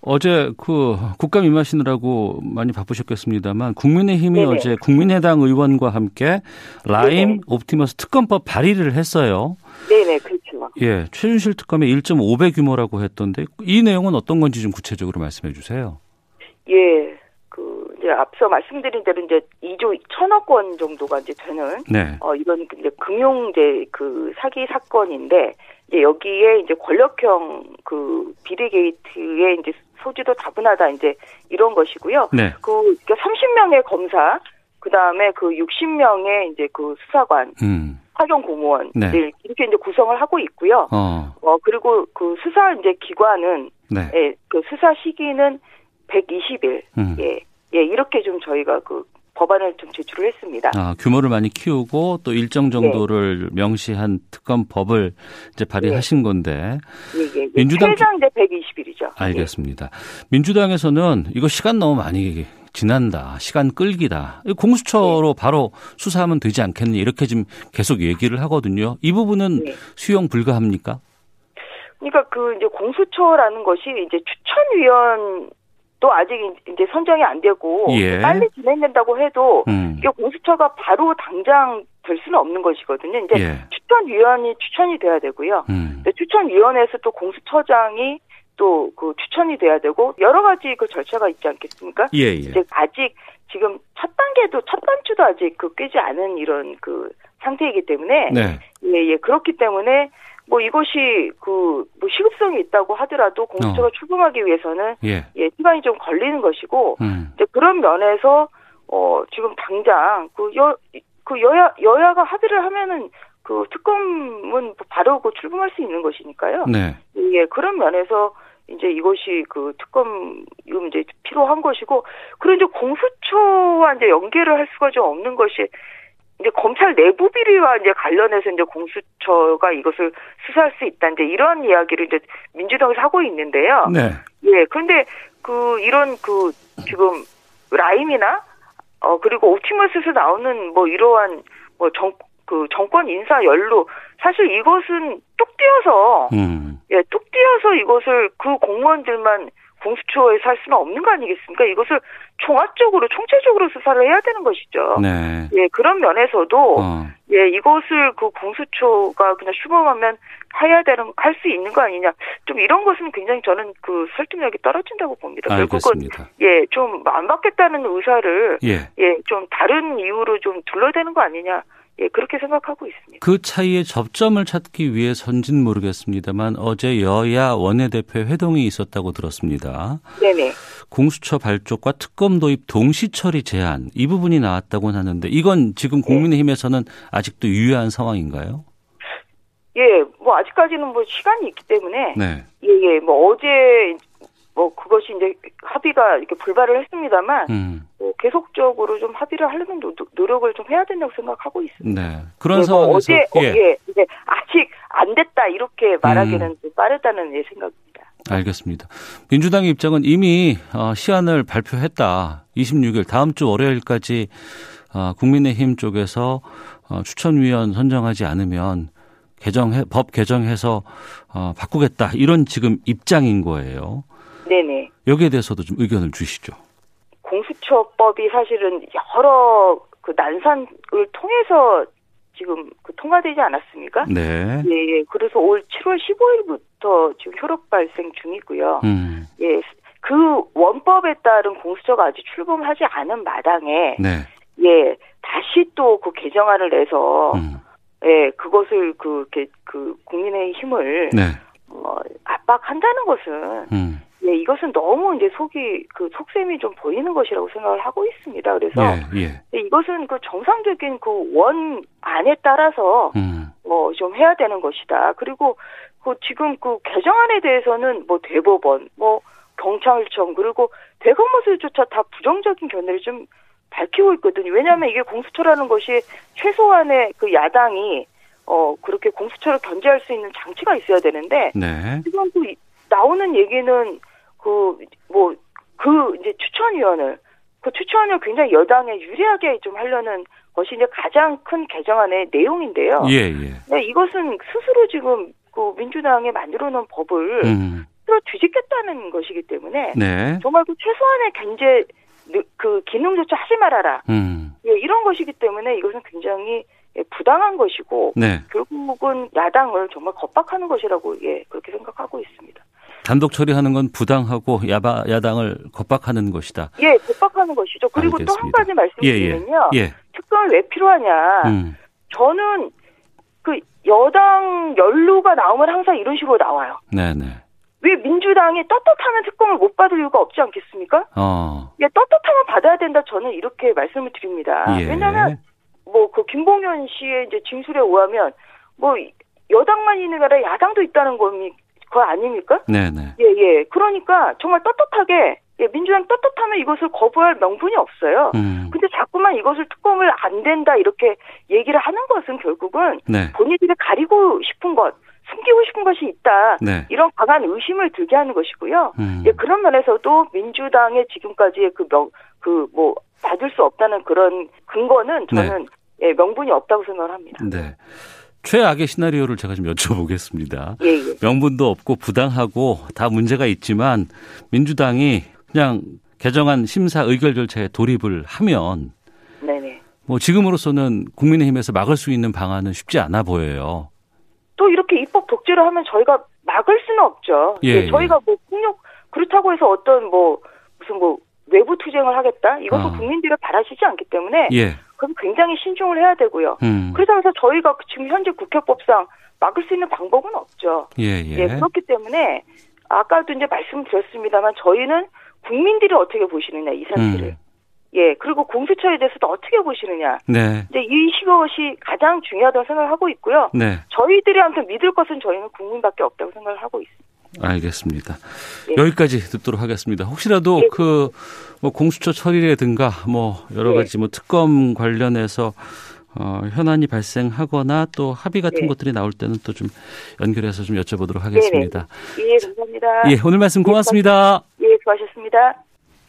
[SPEAKER 2] 어제 그 국감 임하시느라고 많이 바쁘셨겠습니다만 국민의힘이
[SPEAKER 3] 네네.
[SPEAKER 2] 어제 국민의당 의원과 함께 라임
[SPEAKER 3] 네네.
[SPEAKER 2] 옵티머스 특검법 발의를 했어요.
[SPEAKER 3] 네네, 그렇죠.
[SPEAKER 2] 예, 최준실 특검의 1.5배 규모라고 했던데 이 내용은 어떤 건지 좀 구체적으로 말씀해 주세요.
[SPEAKER 3] 예. 그, 이제 앞서 말씀드린 대로 이제 2조 1000억 원 정도가 이제 되는,
[SPEAKER 2] 네.
[SPEAKER 3] 어, 이런 이제 금융제 그 사기 사건인데, 이제 여기에 이제 권력형 그 비리게이트의 이제 소지도 다분하다 이제 이런 것이고요.
[SPEAKER 2] 네.
[SPEAKER 3] 그, 30명의 검사, 그 다음에 그 60명의 이제 그 수사관,
[SPEAKER 2] 음.
[SPEAKER 3] 파견 공무원,
[SPEAKER 2] 네.
[SPEAKER 3] 들 이렇게 이제 구성을 하고 있고요.
[SPEAKER 2] 어.
[SPEAKER 3] 어, 그리고 그 수사 이제 기관은,
[SPEAKER 2] 네.
[SPEAKER 3] 예, 그 수사 시기는 120일,
[SPEAKER 2] 음.
[SPEAKER 3] 예, 예, 이렇게 좀 저희가 그 법안을 좀 제출을 했습니다.
[SPEAKER 2] 아, 규모를 많이 키우고 또
[SPEAKER 3] 네.
[SPEAKER 2] 일정 정도를 명시한 특검법을 이제
[SPEAKER 3] 네.
[SPEAKER 2] 발의하신 건데
[SPEAKER 3] 예, 예, 예.
[SPEAKER 2] 민주당
[SPEAKER 3] 최장 이제 120일이죠. 예.
[SPEAKER 2] 알겠습니다. 민주당에서는 이거 시간 너무 많이 지난다, 시간 끌기다. 공수처로
[SPEAKER 3] 네.
[SPEAKER 2] 바로 수사하면 되지 않겠니? 이렇게 지금 계속 얘기를 하거든요. 이 부분은
[SPEAKER 3] 네.
[SPEAKER 2] 수용 불가합니까?
[SPEAKER 3] 그러니까 그 이제 공수처라는 것이 이제 추천위원도 아직 이제 선정이 안 되고
[SPEAKER 2] 예.
[SPEAKER 3] 빨리 진행된다고 해도
[SPEAKER 2] 음.
[SPEAKER 3] 이게 공수처가 바로 당장 될 수는 없는 것이거든요. 이제
[SPEAKER 2] 예.
[SPEAKER 3] 추천위원이 추천이 돼야 되고요.
[SPEAKER 2] 음.
[SPEAKER 3] 근데 추천위원회에서 또 공수처장이 또 그 추천이 돼야 되고 여러 가지 그 절차가 있지 않겠습니까?
[SPEAKER 2] 예, 예.
[SPEAKER 3] 이제 아직 지금 첫 단계도 첫 단추도 아직 그 꿰지 않은 이런 그 상태이기 때문에
[SPEAKER 2] 네.
[SPEAKER 3] 예, 예. 그렇기 때문에 뭐 이것이 그 뭐 시급성이 있다고 하더라도 공수처가
[SPEAKER 2] 어.
[SPEAKER 3] 출범하기 위해서는
[SPEAKER 2] 예.
[SPEAKER 3] 예, 시간이 좀 걸리는 것이고
[SPEAKER 2] 음.
[SPEAKER 3] 이제 그런 면에서 어 지금 당장 그여그 여야 여야가 합의를 하면은 그 특검은 바로 그 출범할 수 있는 것이니까요.
[SPEAKER 2] 네.
[SPEAKER 3] 예, 그런 면에서 이제 이것이 그 특검 지금 이제 필요한 것이고 그런 이제 공수처와 이제 연계를 할 수가 좀 없는 것이 이제 검찰 내부 비리와 이제 관련해서 이제 공수처가 이것을 수사할 수 있다 이제 이런 이야기를 이제 민주당에서 하고 있는데요.
[SPEAKER 2] 네.
[SPEAKER 3] 예, 그런데 그 이런 그 지금 라임이나 어 그리고 옵티머스에서 나오는 뭐 이러한 뭐 정 그 정권 인사 연루 사실 이것은 뚝 띄어서
[SPEAKER 2] 음.
[SPEAKER 3] 예, 뚝 띄어서 이것을 그 공무원들만 공수처에서 할 수는 없는 거 아니겠습니까? 이것을 종합적으로, 총체적으로 수사를 해야 되는 것이죠.
[SPEAKER 2] 네.
[SPEAKER 3] 예, 그런 면에서도,
[SPEAKER 2] 어.
[SPEAKER 3] 예, 이것을 그 공수처가 그냥 슈범하면 해야 되는, 할 수 있는 거 아니냐. 좀 이런 것은 굉장히 저는 그 설득력이 떨어진다고 봅니다. 결국은,
[SPEAKER 2] 아, 알겠습니다.
[SPEAKER 3] 예, 좀 안 받겠다는 의사를,
[SPEAKER 2] 예.
[SPEAKER 3] 예, 좀 다른 이유로 좀 둘러대는 거 아니냐. 예, 그렇게 생각하고 있습니다.
[SPEAKER 2] 그 차이의 접점을 찾기 위해선진 모르겠습니다만 어제 여야 원내대표 회동이 있었다고 들었습니다.
[SPEAKER 3] 네네.
[SPEAKER 2] 공수처 발족과 특검 도입 동시 처리 제한 이 부분이 나왔다고 하는데 이건 지금 국민의힘에서는 아직도 유효한 상황인가요?
[SPEAKER 3] 예, 뭐 아직까지는 뭐 시간이 있기 때문에,
[SPEAKER 2] 네.
[SPEAKER 3] 예, 예. 뭐 어제 뭐 그것이 이제 합의가 이렇게 불발을 했습니다만
[SPEAKER 2] 음.
[SPEAKER 3] 뭐 계속적으로 좀 합의를 하려는 노, 노력을 좀 해야 된다고 생각하고 있습니다.
[SPEAKER 2] 네. 그런
[SPEAKER 3] 예, 뭐
[SPEAKER 2] 상황에서
[SPEAKER 3] 어제 어,
[SPEAKER 2] 예.
[SPEAKER 3] 예, 이제 아직 안 됐다 이렇게 말하기는
[SPEAKER 2] 음.
[SPEAKER 3] 좀 빠르다는 예, 생각입니다.
[SPEAKER 2] 알겠습니다. 민주당의 입장은 이미 어, 시안을 발표했다. 26일 다음 주 월요일까지 어, 국민의힘 쪽에서 어, 추천위원 선정하지 않으면 개정해 법 개정해서 어, 바꾸겠다 이런 지금 입장인 거예요.
[SPEAKER 3] 네네.
[SPEAKER 2] 여기에 대해서도 좀 의견을 주시죠.
[SPEAKER 3] 공수처법이 사실은 여러 그 난산을 통해서 지금 그 통과되지 않았습니까?
[SPEAKER 2] 네.
[SPEAKER 3] 예, 예. 그래서 올 7월 15일부터 지금 효력 발생 중이고요.
[SPEAKER 2] 음.
[SPEAKER 3] 예, 그 원법에 따른 공수처가 아직 출범하지 않은 마당에
[SPEAKER 2] 네.
[SPEAKER 3] 예 다시 또 그 개정안을 내서
[SPEAKER 2] 음.
[SPEAKER 3] 예 그것을 그 이렇게 그 국민의 힘을
[SPEAKER 2] 네.
[SPEAKER 3] 어, 압박한다는 것은
[SPEAKER 2] 음.
[SPEAKER 3] 예 이것은 너무 이제 속이 그 속셈이 좀 보이는 것이라고 생각을 하고 있습니다. 그래서
[SPEAKER 2] 예. 예.
[SPEAKER 3] 이것은 그 정상적인 그 원 안에 따라서
[SPEAKER 2] 음.
[SPEAKER 3] 뭐 좀 해야 되는 것이다. 그리고 그 지금 그 개정안에 대해서는 뭐 대법원, 뭐 경찰청 그리고 대검무소조차 다 부정적인 견해를 좀 밝히고 있거든요. 왜냐하면 이게 공수처라는 것이 최소한의 그 야당이 어 그렇게 공수처를 견제할 수 있는 장치가 있어야 되는데
[SPEAKER 2] 네.
[SPEAKER 3] 지금 그 이- 나오는 얘기는 그 뭐 그 이제 추천위원을 그 추천을 굉장히 여당에 유리하게 좀 하려는 것이 이제 가장 큰 개정안의 내용인데요.
[SPEAKER 2] 예, 예.
[SPEAKER 3] 네, 이것은 스스로 지금 그 민주당이 만들어 놓은 법을
[SPEAKER 2] 음.
[SPEAKER 3] 스스로 뒤집겠다는 것이기 때문에
[SPEAKER 2] 네.
[SPEAKER 3] 정말 그 최소한의 견제 느- 그 기능조차 하지 말아라.
[SPEAKER 2] 음.
[SPEAKER 3] 예, 이런 것이기 때문에 이것은 굉장히 예, 부당한 것이고
[SPEAKER 2] 네.
[SPEAKER 3] 결국은 야당을 정말 겁박하는 것이라고 예 그렇게 생각하고 있습니다.
[SPEAKER 2] 단독 처리하는 건 부당하고 야바, 야당을 겁박하는 것이다.
[SPEAKER 3] 예, 겁박하는 것이죠. 그리고 또 한
[SPEAKER 2] 알겠습니다.
[SPEAKER 3] 가지
[SPEAKER 2] 예, 예.
[SPEAKER 3] 말씀드리면요. 아.
[SPEAKER 2] 예.
[SPEAKER 3] 특검이 왜 필요하냐?
[SPEAKER 2] 음.
[SPEAKER 3] 저는 그 여당 연루가 나오면 항상 이런 식으로 나와요.
[SPEAKER 2] 네, 네.
[SPEAKER 3] 왜 민주당이 떳떳하면 특검을 못 받을 이유가 없지 않겠습니까?
[SPEAKER 2] 어.
[SPEAKER 3] 예, 떳떳하면 받아야 된다 저는 이렇게 말씀을 드립니다.
[SPEAKER 2] 예.
[SPEAKER 3] 아, 왜냐하면 뭐 그 김봉현 씨의 이제 진술에 의하면 뭐 여당만 있는 게 아니라 야당도 있다는 거니 거 아닙니까?
[SPEAKER 2] 네, 네.
[SPEAKER 3] 예, 예. 그러니까 정말 떳떳하게 예, 민주당 떳떳하면 이것을 거부할 명분이 없어요.
[SPEAKER 2] 음.
[SPEAKER 3] 근데 자꾸만 이것을 특검을 안 된다 이렇게 얘기를 하는 것은 결국은
[SPEAKER 2] 네.
[SPEAKER 3] 본인들이 가리고 싶은 것, 숨 숨기고 싶은 것이 있다.
[SPEAKER 2] 네.
[SPEAKER 3] 이런 강한 의심을 들게 하는 것이고요.
[SPEAKER 2] 음.
[SPEAKER 3] 예, 그런 면에서도 민주당의 지금까지의 그 명, 그 뭐, 받을 수 없다는 그런 근거는 저는 예, 명분이 없다고 생각을 합니다.
[SPEAKER 2] 네. 최악의 시나리오를 제가 좀 여쭤보겠습니다.
[SPEAKER 3] 예, 예.
[SPEAKER 2] 명분도 없고 부당하고 다 문제가 있지만 민주당이 그냥 개정안 심사 의결 절차에 돌입을 하면
[SPEAKER 3] 네네.
[SPEAKER 2] 뭐 지금으로서는 국민의힘에서 막을 수 있는 방안은 쉽지 않아 보여요.
[SPEAKER 3] 또 이렇게 입법 독재를 하면 저희가 막을 수는 없죠.
[SPEAKER 2] 예, 예.
[SPEAKER 3] 저희가 뭐 폭력 그렇다고 해서 어떤 뭐 무슨 뭐 외부 투쟁을 하겠다 이것도
[SPEAKER 2] 아.
[SPEAKER 3] 국민들이 바라시지 않기 때문에
[SPEAKER 2] 예.
[SPEAKER 3] 그럼 굉장히 신중을 해야 되고요.
[SPEAKER 2] 음.
[SPEAKER 3] 그렇다고 해서 저희가 지금 현재 국회법상 막을 수 있는 방법은 없죠.
[SPEAKER 2] 예,
[SPEAKER 3] 예,
[SPEAKER 2] 예.
[SPEAKER 3] 그렇기 때문에 아까도 이제 말씀드렸습니다만 저희는 국민들이 어떻게 보시느냐 이 상태를
[SPEAKER 2] 음.
[SPEAKER 3] 예 그리고 공수처에 대해서도 어떻게 보시느냐
[SPEAKER 2] 네.
[SPEAKER 3] 이제 이 시것이 가장 중요하다고 생각을 하고 있고요.
[SPEAKER 2] 네.
[SPEAKER 3] 저희들이 아무튼 믿을 것은 저희는 국민밖에 없다고 생각을 하고 있습니다.
[SPEAKER 2] 알겠습니다.
[SPEAKER 3] 예.
[SPEAKER 2] 여기까지 듣도록 하겠습니다. 혹시라도
[SPEAKER 3] 예.
[SPEAKER 2] 그 뭐 공수처 처리라든가 뭐 여러
[SPEAKER 3] 예.
[SPEAKER 2] 가지 뭐 특검 관련해서 어 현안이 발생하거나 또 합의 같은
[SPEAKER 3] 예.
[SPEAKER 2] 것들이 나올 때는 또 좀 연결해서 좀 여쭤보도록 하겠습니다.
[SPEAKER 3] 예, 감사합니다.
[SPEAKER 2] 예, 오늘 말씀 고맙습니다.
[SPEAKER 3] 예, 수고하셨습니다.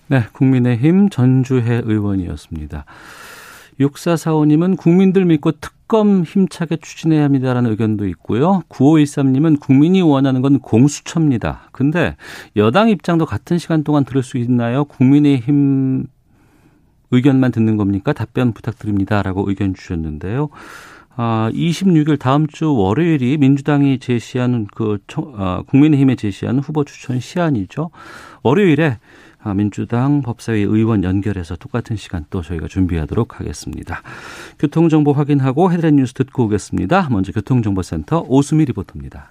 [SPEAKER 2] 네, 국민의힘 전주혜 의원이었습니다. 6445님은 국민들 믿고 특검 힘차게 추진해야 합니다라는 의견도 있고요. 9513님은 국민이 원하는 건 공수처입니다. 근데 여당 입장도 같은 시간 동안 들을 수 있나요? 국민의힘 의견만 듣는 겁니까? 답변 부탁드립니다라고 의견 주셨는데요. 아, 26일 다음 주 월요일이 민주당이 제시한 그 청- 아, 국민의힘에 제시한 후보 추천 시안이죠. 월요일에 아, 민주당 법사위 의원 연결해서 똑같은 시간 또 저희가 준비하도록 하겠습니다. 교통정보 확인하고 헤드라인 뉴스 듣고 오겠습니다. 먼저 교통정보센터 오수미 리포터입니다.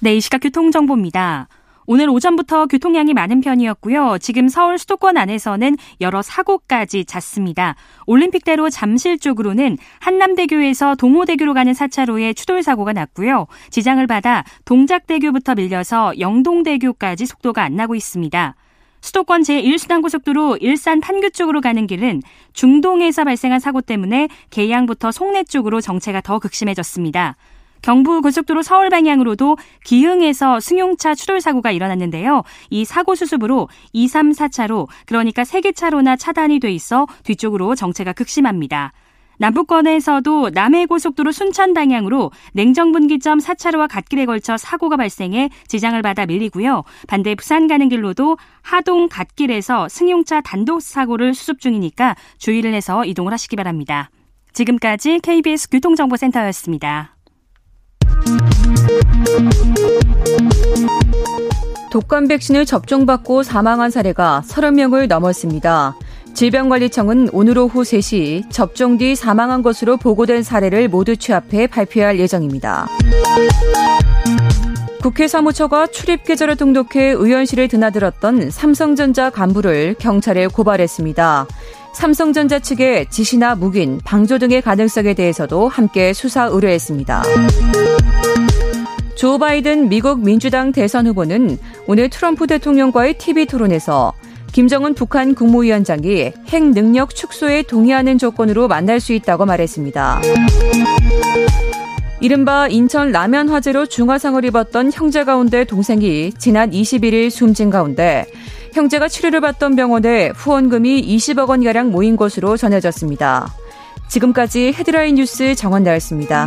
[SPEAKER 4] 네, 이 시각 교통정보입니다. 오늘 오전부터 교통량이 많은 편이었고요. 지금 서울 수도권 안에서는 여러 사고까지 잦습니다. 올림픽대로 잠실 쪽으로는 한남대교에서 동호대교로 가는 사차로에 추돌 사고가 났고요. 지장을 받아 동작대교부터 밀려서 영동대교까지 속도가 안 나고 있습니다. 수도권 제1순환 고속도로 일산 판교 쪽으로 가는 길은 중동에서 발생한 사고 때문에 계양부터 송내 쪽으로 정체가 더 극심해졌습니다. 경부 고속도로 서울 방향으로도 기흥에서 승용차 추돌 사고가 일어났는데요. 이 사고 수습으로 2, 3, 4차로 그러니까 세개 차로나 차단이 돼 있어 뒤쪽으로 정체가 극심합니다. 남부권에서도 남해고속도로 순천 방향으로 냉정분기점 4차로와 갓길에 걸쳐 사고가 발생해 지장을 받아 밀리고요. 반대 부산 가는 길로도 하동 갓길에서 승용차 단독 사고를 수습 중이니까 주의를 해서 이동을 하시기 바랍니다. 지금까지 KBS 교통정보센터였습니다.
[SPEAKER 5] 독감 백신을 접종받고 사망한 사례가 30명을 넘었습니다. 질병관리청은 오늘 오후 3시 접종 뒤 사망한 것으로 보고된 사례를 모두 취합해 발표할 예정입니다. 국회 사무처가 출입 계좌를 등록해 의원실을 드나들었던 삼성전자 간부를 경찰에 고발했습니다. 삼성전자 측의 지시나 묵인, 방조 등의 가능성에 대해서도 함께 수사 의뢰했습니다. 조 바이든 미국 민주당 대선 후보는 오늘 트럼프 대통령과의 TV 토론에서 김정은 북한 국무위원장이 핵 능력 축소에 동의하는 조건으로 만날 수 있다고 말했습니다. 이른바 인천 라면 화재로 중화상을 입었던 형제 가운데 동생이 지난 21일 숨진 가운데 형제가 치료를 받던 병원에 후원금이 20억 원가량 모인 것으로 전해졌습니다. 지금까지 헤드라인 뉴스 정원 나였습니다.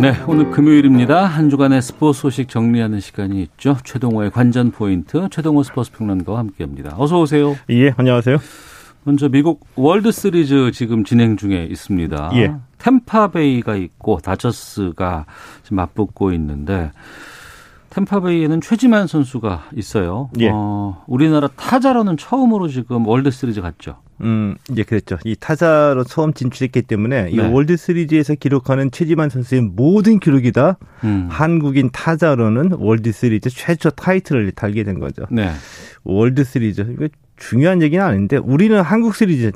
[SPEAKER 2] 네, 오늘 금요일입니다. 한 주간의 스포츠 소식 정리하는 시간이 있죠. 최동호의 관전 포인트, 최동호 스포츠 평론가와 함께합니다. 어서 오세요.
[SPEAKER 6] 예, 안녕하세요.
[SPEAKER 2] 먼저 미국 월드 시리즈 지금 진행 중에 있습니다.
[SPEAKER 6] 예.
[SPEAKER 2] 템파베이가 있고 다저스가 지금 맞붙고 있는데 템파베이에는 최지만 선수가 있어요.
[SPEAKER 6] 예.
[SPEAKER 2] 어, 우리나라 타자로는 처음으로 지금 월드 시리즈 갔죠.
[SPEAKER 6] 음, 이제 그랬죠. 이 타자로 처음 진출했기 때문에 이
[SPEAKER 2] 네.
[SPEAKER 6] 월드 시리즈에서 기록하는 최지만 선수의 모든 기록이 다
[SPEAKER 2] 음.
[SPEAKER 6] 한국인 타자로는 월드 시리즈 최초 타이틀을 달게 된 거죠.
[SPEAKER 2] 네.
[SPEAKER 6] 월드 시리즈. 이거 중요한 얘기는 아닌데 우리는 한국 시리즈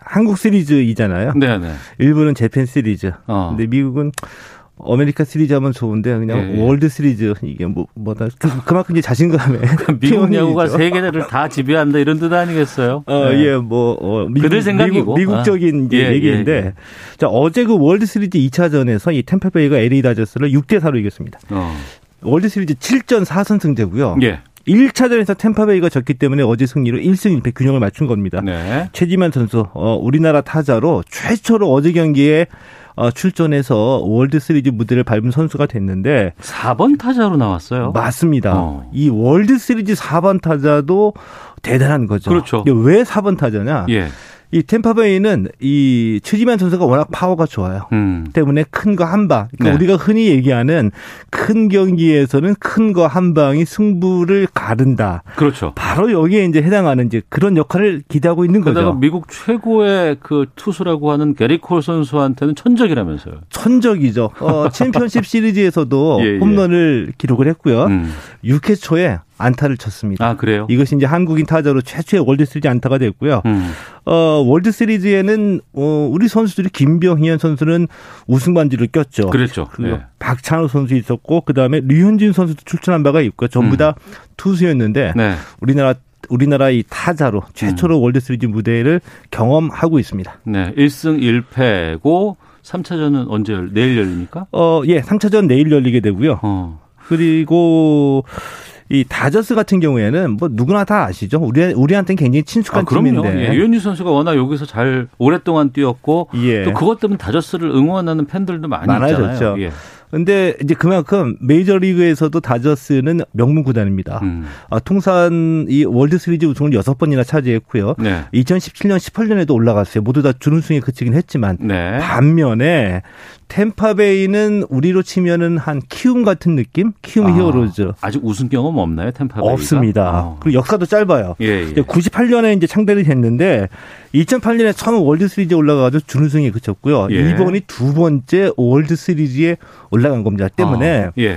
[SPEAKER 6] 한국 시리즈이잖아요.
[SPEAKER 2] 네,
[SPEAKER 6] [laughs]
[SPEAKER 2] 네.
[SPEAKER 6] 일본은 재팬 시리즈.
[SPEAKER 2] 어.
[SPEAKER 6] 근데 미국은 아메리카 시리즈 하면 좋은데 그냥
[SPEAKER 2] 예, 예. 월드
[SPEAKER 6] 월드 시리즈 이게 뭐 뭐다 그, 그만큼 이제 자신감에
[SPEAKER 2] 미국 야구가
[SPEAKER 6] 표현이죠.
[SPEAKER 2] 세계를 다 지배한다 이런 뜻 아니겠어요?
[SPEAKER 6] 어,
[SPEAKER 2] 네.
[SPEAKER 6] 예, 뭐, 어, 미국,
[SPEAKER 2] 그들 생각이고.
[SPEAKER 6] 미국, 적인
[SPEAKER 2] 아. 예,
[SPEAKER 6] 얘기인데,
[SPEAKER 2] 예, 예.
[SPEAKER 6] 자, 어제 그 월드 시리즈 2차전에서 이 템페베이가 LA 다저스를 6대4로 이겼습니다.
[SPEAKER 2] 어.
[SPEAKER 6] 월드 시리즈 7전 4승 승제고요.
[SPEAKER 2] 예.
[SPEAKER 6] 1차전에서 템파베이가 졌기 때문에 어제 승리로 1승 1패 균형을 맞춘 겁니다.
[SPEAKER 2] 네.
[SPEAKER 6] 최지만 선수, 어, 우리나라 타자로 최초로 어제 경기에 어, 출전해서 월드 시리즈 무대를 밟은 선수가 됐는데
[SPEAKER 2] 4번 타자로 나왔어요.
[SPEAKER 6] 맞습니다.
[SPEAKER 2] 어.
[SPEAKER 6] 이 월드 시리즈 4번 타자도 대단한 거죠.
[SPEAKER 2] 그렇죠.
[SPEAKER 6] 이게 왜 4번 타자냐?
[SPEAKER 2] 예.
[SPEAKER 6] 이 템파베이는 이 최지만 선수가 워낙 파워가 좋아요.
[SPEAKER 2] 음.
[SPEAKER 6] 때문에 큰 거 한 방. 그러니까
[SPEAKER 2] 네.
[SPEAKER 6] 우리가 흔히 얘기하는 큰 경기에서는 큰 거 한 방이 승부를 가른다.
[SPEAKER 2] 그렇죠.
[SPEAKER 6] 바로 여기에 이제 해당하는 이제 그런 역할을 기대하고 있는 거죠.
[SPEAKER 2] 게다가 미국 최고의 그 투수라고 하는 게리 콜 선수한테는 천적이라면서요.
[SPEAKER 6] 천적이죠.
[SPEAKER 2] [laughs]
[SPEAKER 6] 어, 챔피언십 시리즈에서도
[SPEAKER 2] 예, 예.
[SPEAKER 6] 홈런을 기록을 했고요.
[SPEAKER 2] 음.
[SPEAKER 6] 6회 초에 안타를 쳤습니다.
[SPEAKER 2] 아, 그래요?
[SPEAKER 6] 어? 이것이 이제 한국인 타자로 최초의 월드 시리즈 안타가 됐고요.
[SPEAKER 2] 음.
[SPEAKER 6] 어, 월드 시리즈에는 어, 우리 선수들이 김병현 선수는 우승 반지를 꼈죠.
[SPEAKER 2] 그랬죠.
[SPEAKER 6] 어, 그리고
[SPEAKER 2] 예.
[SPEAKER 6] 박찬호 선수 있었고 그다음에 류현진 선수도 출전한 바가 있고요. 전부
[SPEAKER 2] 음.
[SPEAKER 6] 다 투수였는데
[SPEAKER 2] 네. 음.
[SPEAKER 6] 우리나라 우리나라 이 타자로 최초로 월드 시리즈 무대를 경험하고 있습니다.
[SPEAKER 2] 네. 1승 1패고 3차전은 언제 열- 내일 열립니까?
[SPEAKER 6] 어, 예, 3차전 내일 열리게 되고요.
[SPEAKER 2] 어.
[SPEAKER 6] 그리고 이 다저스 같은 경우에는 뭐 누구나 다 아시죠. 우리 우리한테는 굉장히 친숙한
[SPEAKER 2] 아, 그럼요.
[SPEAKER 6] 팀인데.
[SPEAKER 2] 예, 유현진 선수가 워낙 여기서 잘 오랫동안 뛰었고
[SPEAKER 6] 예.
[SPEAKER 2] 또 그것 때문에 다저스를 응원하는 팬들도 많이
[SPEAKER 6] 많아졌죠.
[SPEAKER 2] 있잖아요. 예.
[SPEAKER 6] 근데 이제 그만큼 메이저리그에서도 다저스는 명문 구단입니다.
[SPEAKER 2] 음.
[SPEAKER 6] 아, 통산 이 월드 시리즈 우승을 여섯 번이나 차지했고요.
[SPEAKER 2] 네.
[SPEAKER 6] 2017년, 18년에도 올라갔어요. 모두 다 준우승에 그치긴 했지만
[SPEAKER 2] 네.
[SPEAKER 6] 반면에 템파베이는 우리로 치면은 한 키움 같은 느낌, 키움
[SPEAKER 2] 아,
[SPEAKER 6] 히어로즈
[SPEAKER 2] 아직 우승 경험 없나요, 템파베이가?
[SPEAKER 6] 없습니다.
[SPEAKER 2] 어.
[SPEAKER 6] 그리고 역사도 짧아요.
[SPEAKER 2] 예, 예.
[SPEAKER 6] 98년에 이제 창대를 했는데 2008년에 처음 월드 시리즈에 올라가서 준우승에 그쳤고요.
[SPEAKER 2] 예.
[SPEAKER 6] 이번이 두 번째 월드 시리즈에 올라간 겁니다. 때문에 네.
[SPEAKER 2] 아, 예.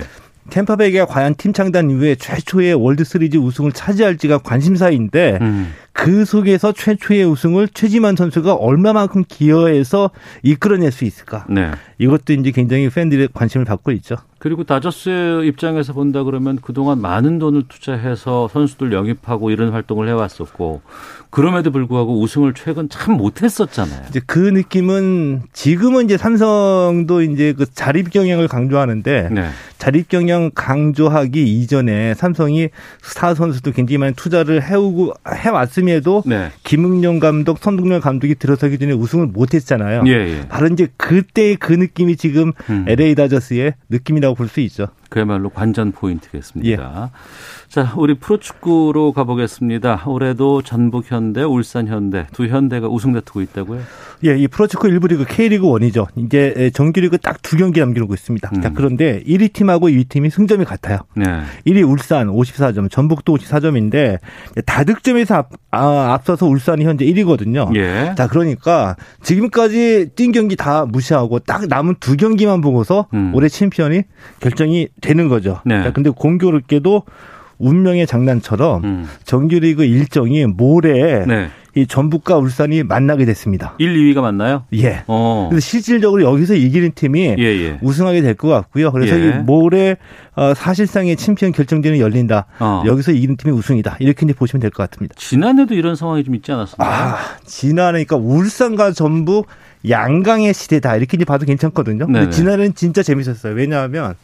[SPEAKER 6] 템파베이가 과연 팀 창단 이후에 최초의 월드 시리즈 우승을 차지할지가 관심사인데
[SPEAKER 2] 음.
[SPEAKER 6] 그 속에서 최초의 우승을 최지만 선수가 얼마만큼 기여해서 이끌어낼 수 있을까?
[SPEAKER 2] 네.
[SPEAKER 6] 이것도 이제 굉장히 팬들의 관심을 받고 있죠.
[SPEAKER 2] 그리고 다저스 입장에서 본다 그러면 그동안 많은 돈을 투자해서 선수들 영입하고 이런 활동을 해왔었고 그럼에도 불구하고 우승을 최근 참 못했었잖아요.
[SPEAKER 6] 이제 그 느낌은 지금은 이제 삼성도 이제 그 자립 경영을 강조하는데
[SPEAKER 2] 네.
[SPEAKER 6] 자립 경영 강조하기 이전에 삼성이 스타 선수도 굉장히 많이 투자를 해오고 해왔음에도
[SPEAKER 2] 네.
[SPEAKER 6] 김흥룡 감독, 선동열 감독이 들어서기 전에 우승을 못했잖아요.
[SPEAKER 2] 예, 예.
[SPEAKER 6] 바로 이제 그때의 그 느낌이 지금
[SPEAKER 2] 음.
[SPEAKER 6] LA 다저스의 느낌이라고 볼 수 있죠.
[SPEAKER 2] 그야말로 관전
[SPEAKER 6] 예.
[SPEAKER 2] 포인트겠습니다. 자, 우리 프로축구로 가보겠습니다. 올해도 전북 현대, 울산 현대 두 현대가 우승 다투고 있다고요?
[SPEAKER 6] 예, 이 프로축구 1부 리그 K리그 1이죠. 이제 에, 정규리그 딱 두 경기 남겨놓고 있습니다.
[SPEAKER 2] 음.
[SPEAKER 6] 자, 그런데 1위 팀하고 2위 팀이 승점이 같아요.
[SPEAKER 2] 네.
[SPEAKER 6] 1위 울산 54점, 전북도 54점인데 다득점에서 앞, 아, 앞서서 울산이 현재 1위거든요.
[SPEAKER 2] 예.
[SPEAKER 6] 자, 그러니까 지금까지 뛴 경기 다 무시하고 딱 남은 두 경기만 보고서
[SPEAKER 2] 음.
[SPEAKER 6] 올해 챔피언이 결정이 되는 거죠.
[SPEAKER 2] 네.
[SPEAKER 6] 자, 근데 공교롭게도 운명의 장난처럼
[SPEAKER 2] 음.
[SPEAKER 6] 정규리그 일정이 모레
[SPEAKER 2] 네.
[SPEAKER 6] 이 전북과 울산이 만나게 됐습니다.
[SPEAKER 2] 1, 2위가 맞나요?
[SPEAKER 6] 예.
[SPEAKER 2] 어.
[SPEAKER 6] 그래서 실질적으로 여기서 이기는 팀이
[SPEAKER 2] 예, 예.
[SPEAKER 6] 우승하게 될 것 같고요. 그래서
[SPEAKER 2] 예.
[SPEAKER 6] 이 모레 어, 사실상의 챔피언 결정전이 열린다.
[SPEAKER 2] 어.
[SPEAKER 6] 여기서 이기는 팀이 우승이다. 이렇게 이제 보시면 될 것 같습니다.
[SPEAKER 2] 지난해도 이런 상황이 좀 있지 않았습니까?
[SPEAKER 6] 아, 지난해 그러니까 울산과 전북 양강의 시대다 이렇게 이제 봐도 괜찮거든요.
[SPEAKER 2] 네네.
[SPEAKER 6] 근데 지난해는 진짜 재밌었어요. 왜냐하면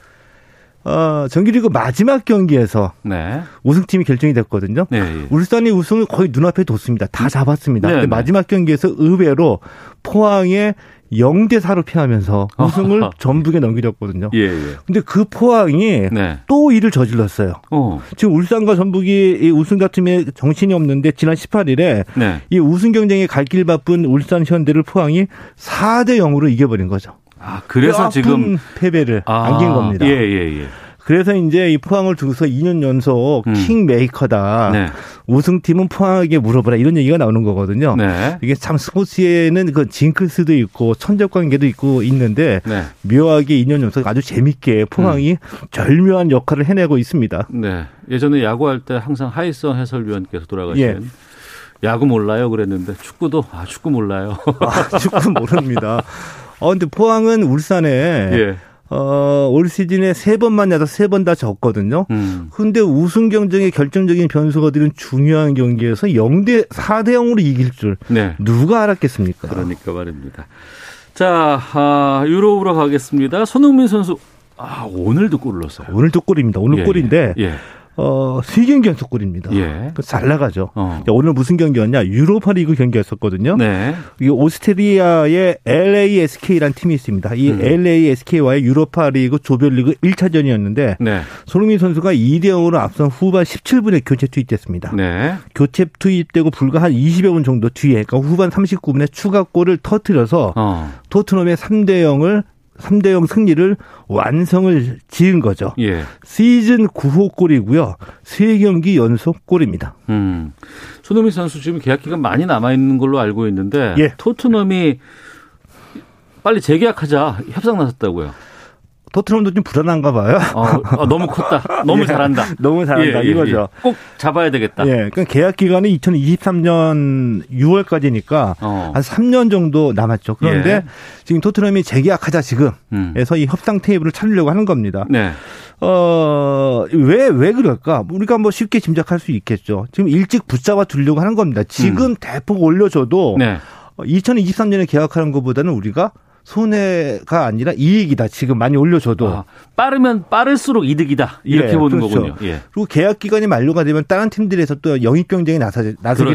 [SPEAKER 6] 어, 정규리그 마지막 경기에서
[SPEAKER 2] 네.
[SPEAKER 6] 우승팀이 결정이 됐거든요.
[SPEAKER 2] 네. 예.
[SPEAKER 6] 울산이 우승을 거의 눈앞에 뒀습니다. 다 잡았습니다.
[SPEAKER 2] 네네.
[SPEAKER 6] 근데 마지막 경기에서 의외로 포항에 0대 4로 패하면서
[SPEAKER 2] 어. [laughs]
[SPEAKER 6] 우승을 전북에 넘기렸거든요.
[SPEAKER 2] 예, 예.
[SPEAKER 6] 근데 그 포항이
[SPEAKER 2] 네.
[SPEAKER 6] 또 일을 저질렀어요.
[SPEAKER 2] 어.
[SPEAKER 6] 지금 울산과 전북이 이 우승 다툼에 정신이 없는데 지난 18일에
[SPEAKER 2] 네.
[SPEAKER 6] 이 우승 경쟁에 갈 길 바쁜 울산 현대를 포항이 4대 0으로 이겨버린 거죠.
[SPEAKER 2] 아, 그래서
[SPEAKER 6] 뼈 아픈
[SPEAKER 2] 지금
[SPEAKER 6] 패배를
[SPEAKER 2] 아,
[SPEAKER 6] 안긴 겁니다.
[SPEAKER 2] 예, 예, 예.
[SPEAKER 6] 그래서 이제 이 포항을 두고서 2년 연속
[SPEAKER 2] 음.
[SPEAKER 6] 킹메이커다.
[SPEAKER 2] 네.
[SPEAKER 6] 우승팀은 포항에게 물어보라 이런 얘기가 나오는 거거든요.
[SPEAKER 2] 네.
[SPEAKER 6] 이게 참 스포츠에는 그 징크스도 있고 천적 관계도 있고 있는데
[SPEAKER 2] 네.
[SPEAKER 6] 묘하게 2년 연속 아주 재밌게 포항이
[SPEAKER 2] 음.
[SPEAKER 6] 절묘한 역할을 해내고 있습니다.
[SPEAKER 2] 네. 예전에 야구할 때 항상 하이성 해설위원께서 돌아가신
[SPEAKER 6] 예.
[SPEAKER 2] 야구 몰라요 그랬는데 축구도 아 축구 몰라요.
[SPEAKER 6] 아, [laughs] 축구 모릅니다. 어 근데 포항은 울산에
[SPEAKER 2] [laughs] 예.
[SPEAKER 6] 어올 시즌에 세 번만 나서 세 번 다 졌거든요.
[SPEAKER 2] 음.
[SPEAKER 6] 근데 우승 경쟁의 결정적인 변수가 되는 중요한 경기에서 0대 4대 0으로 이길 줄
[SPEAKER 2] 네.
[SPEAKER 6] 누가 알았겠습니까?
[SPEAKER 2] 그러니까 말입니다. 자, 아, 유럽으로 가겠습니다. 손흥민 선수 아, 오늘도 골을 넣었어요.
[SPEAKER 6] 오늘도 골입니다. 오늘
[SPEAKER 2] 예,
[SPEAKER 6] 골인데
[SPEAKER 2] 예.
[SPEAKER 6] 어, 세 경기 연속 골입니다.
[SPEAKER 2] 예.
[SPEAKER 6] 그잘 나가죠.
[SPEAKER 2] 어.
[SPEAKER 6] 야, 오늘 무슨 경기였냐? 유로파리그 경기였었거든요.
[SPEAKER 2] 네.
[SPEAKER 6] 이 오스트리아의 LASK라는 팀이 있습니다. 이
[SPEAKER 2] 음.
[SPEAKER 6] LASK와의 유로파리그 조별리그 1차전이었는데
[SPEAKER 2] 네.
[SPEAKER 6] 손흥민 선수가 2대 0으로 앞선 후반 17분에 교체 투입됐습니다.
[SPEAKER 2] 네.
[SPEAKER 6] 교체 투입되고 불과 한 20여 분 정도 뒤에 그러니까 후반 39분에 추가골을 터뜨려서
[SPEAKER 2] 어.
[SPEAKER 6] 토트넘의 3대 0을 3대 0 승리를 완성을 지은 거죠.
[SPEAKER 2] 예.
[SPEAKER 6] 시즌 9호 골이고요. 세경기 연속 골입니다.
[SPEAKER 2] 음. 손흥민 선수 지금 계약 기간 많이 남아 있는 걸로 알고 있는데
[SPEAKER 6] 예.
[SPEAKER 2] 토트넘이 빨리 재계약하자 협상 나섰다고요.
[SPEAKER 6] 토트넘도 좀 불안한가 봐요.
[SPEAKER 2] 어, 아, 너무 컸다.
[SPEAKER 6] [laughs]
[SPEAKER 2] 너무 잘한다.
[SPEAKER 6] 예. 너무 잘한다
[SPEAKER 2] 예, 예,
[SPEAKER 6] 이거죠.
[SPEAKER 2] 예. 꼭 잡아야 되겠다.
[SPEAKER 6] 예, 그러니까 계약 기간이 2023년 6월까지니까
[SPEAKER 2] 어.
[SPEAKER 6] 한 3년 정도 남았죠. 그런데
[SPEAKER 2] 예.
[SPEAKER 6] 지금 토트넘이 재계약하자 지금에서
[SPEAKER 2] 음.
[SPEAKER 6] 이 협상 테이블을 찾으려고 하는 겁니다.
[SPEAKER 2] 네.
[SPEAKER 6] 어, 왜, 왜 그럴까? 우리가 뭐 쉽게 짐작할 수 있겠죠. 지금 일찍 붙잡아 두려고 하는 겁니다. 지금 대폭 올려줘도
[SPEAKER 2] 음. 네.
[SPEAKER 6] 2023년에 계약하는 것보다는 우리가 손해가 아니라 이익이다. 지금 많이 올려줘도.
[SPEAKER 2] 아, 빠르면 빠를수록 이득이다. 이렇게
[SPEAKER 6] 예,
[SPEAKER 2] 보는
[SPEAKER 6] 그렇죠.
[SPEAKER 2] 거군요. 예.
[SPEAKER 6] 그리고 계약 기간이 만료가 되면 다른 팀들에서 또 영입 경쟁이 나서, 나서게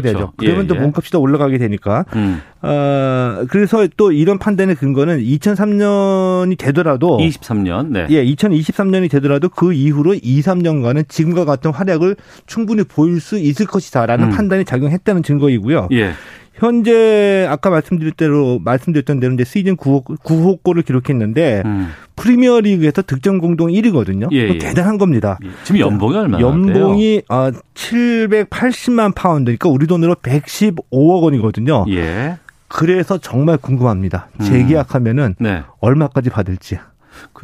[SPEAKER 2] 그렇죠.
[SPEAKER 6] 되죠. 그러면
[SPEAKER 2] 예,
[SPEAKER 6] 또
[SPEAKER 2] 예.
[SPEAKER 6] 몸값이 더 올라가게 되니까.
[SPEAKER 2] 음.
[SPEAKER 6] 어, 그래서 또 이런 판단의 근거는 2003년이 되더라도
[SPEAKER 2] 23년. 네.
[SPEAKER 6] 예, 2023년이 되더라도 그 이후로 2, 3년간은 지금과 같은 활약을 충분히 보일 수 있을 것이다라는
[SPEAKER 2] 음.
[SPEAKER 6] 판단이 작용했다는 증거이고요.
[SPEAKER 2] 예.
[SPEAKER 6] 현재 아까 말씀드릴 대로 말씀드렸던 대로 이제 시즌 9호, 9호 골을 기록했는데
[SPEAKER 2] 음.
[SPEAKER 6] 프리미어리그에서 득점 공동 1위거든요.
[SPEAKER 2] 예, 예.
[SPEAKER 6] 대단한 겁니다.
[SPEAKER 2] 예. 지금 연봉이 얼마나 돼요?
[SPEAKER 6] 연봉이 아, 780만 파운드, 그러니까 우리 돈으로 115억 원이거든요.
[SPEAKER 2] 예. 음.
[SPEAKER 6] 그래서 정말 궁금합니다. 재계약하면은
[SPEAKER 2] 네.
[SPEAKER 6] 얼마까지 받을지.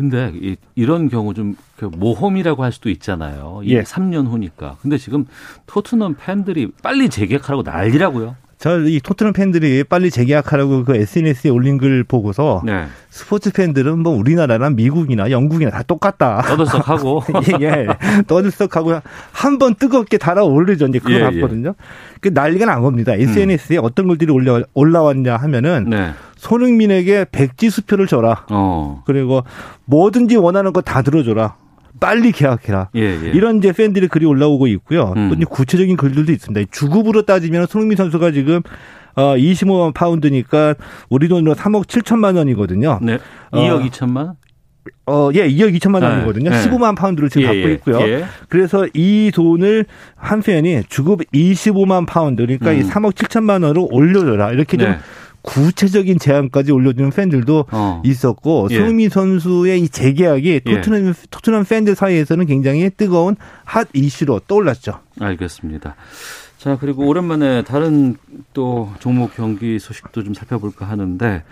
[SPEAKER 2] 근데 이, 이런 경우 좀그 모험이라고 할 수도 있잖아요. 이게
[SPEAKER 6] 예.
[SPEAKER 2] 3년 후니까. 근데 지금 토트넘 팬들이 빨리 재계약하라고 난리라고요.
[SPEAKER 6] 저 이 토트넘 팬들이 빨리 재계약하라고 그 SNS에 올린 글 보고서
[SPEAKER 2] 네.
[SPEAKER 6] 스포츠 팬들은 뭐 우리나라나 미국이나 영국이나 다 똑같다. [laughs]
[SPEAKER 2] 떠들썩하고.
[SPEAKER 6] 예, 예. 떠들썩하고 한 번 뜨겁게 달아오르죠. 이제 그거
[SPEAKER 2] 예, 음.
[SPEAKER 6] 봤거든요. 그 난리가 난 겁니다. SNS에 어떤 글들이 올라, 올라왔냐 하면은
[SPEAKER 2] 네.
[SPEAKER 6] 손흥민에게 백지 수표를 줘라.
[SPEAKER 2] 어.
[SPEAKER 6] 그리고 뭐든지 원하는 거 다 들어줘라. 빨리 계약해라.
[SPEAKER 2] 예, 예.
[SPEAKER 6] 이런 이제 팬들의 글이 올라오고 있고요.
[SPEAKER 2] 음.
[SPEAKER 6] 또 이제 구체적인 글들도 있습니다. 이 주급으로 따지면 손흥민 선수가 지금 어 25만 파운드니까 우리 돈으로 3억 7천만 원이거든요.
[SPEAKER 2] 네.
[SPEAKER 6] 어,
[SPEAKER 2] 2억 2천만?
[SPEAKER 6] 어, 예, 2억 2천만
[SPEAKER 2] 네,
[SPEAKER 6] 원이거든요.
[SPEAKER 2] 네.
[SPEAKER 6] 15만 파운드를 지금 갖고 있고요.
[SPEAKER 2] 예.
[SPEAKER 6] 그래서 이 돈을 한 팬이 주급 25만 파운드, 그러니까 이
[SPEAKER 2] 음.
[SPEAKER 6] 3억 7천만 원으로 올려줘라. 이렇게 좀
[SPEAKER 2] 네.
[SPEAKER 6] 구체적인 제안까지 올려주는 팬들도
[SPEAKER 2] 어.
[SPEAKER 6] 있었고
[SPEAKER 2] 예.
[SPEAKER 6] 손흥민 선수의 이 재계약이
[SPEAKER 2] 예.
[SPEAKER 6] 토트넘 토트넘 팬들 사이에서는 굉장히 뜨거운 핫 이슈로 떠올랐죠.
[SPEAKER 2] 알겠습니다. 자, 그리고 오랜만에 다른 또 종목 경기 소식도 좀 살펴볼까 하는데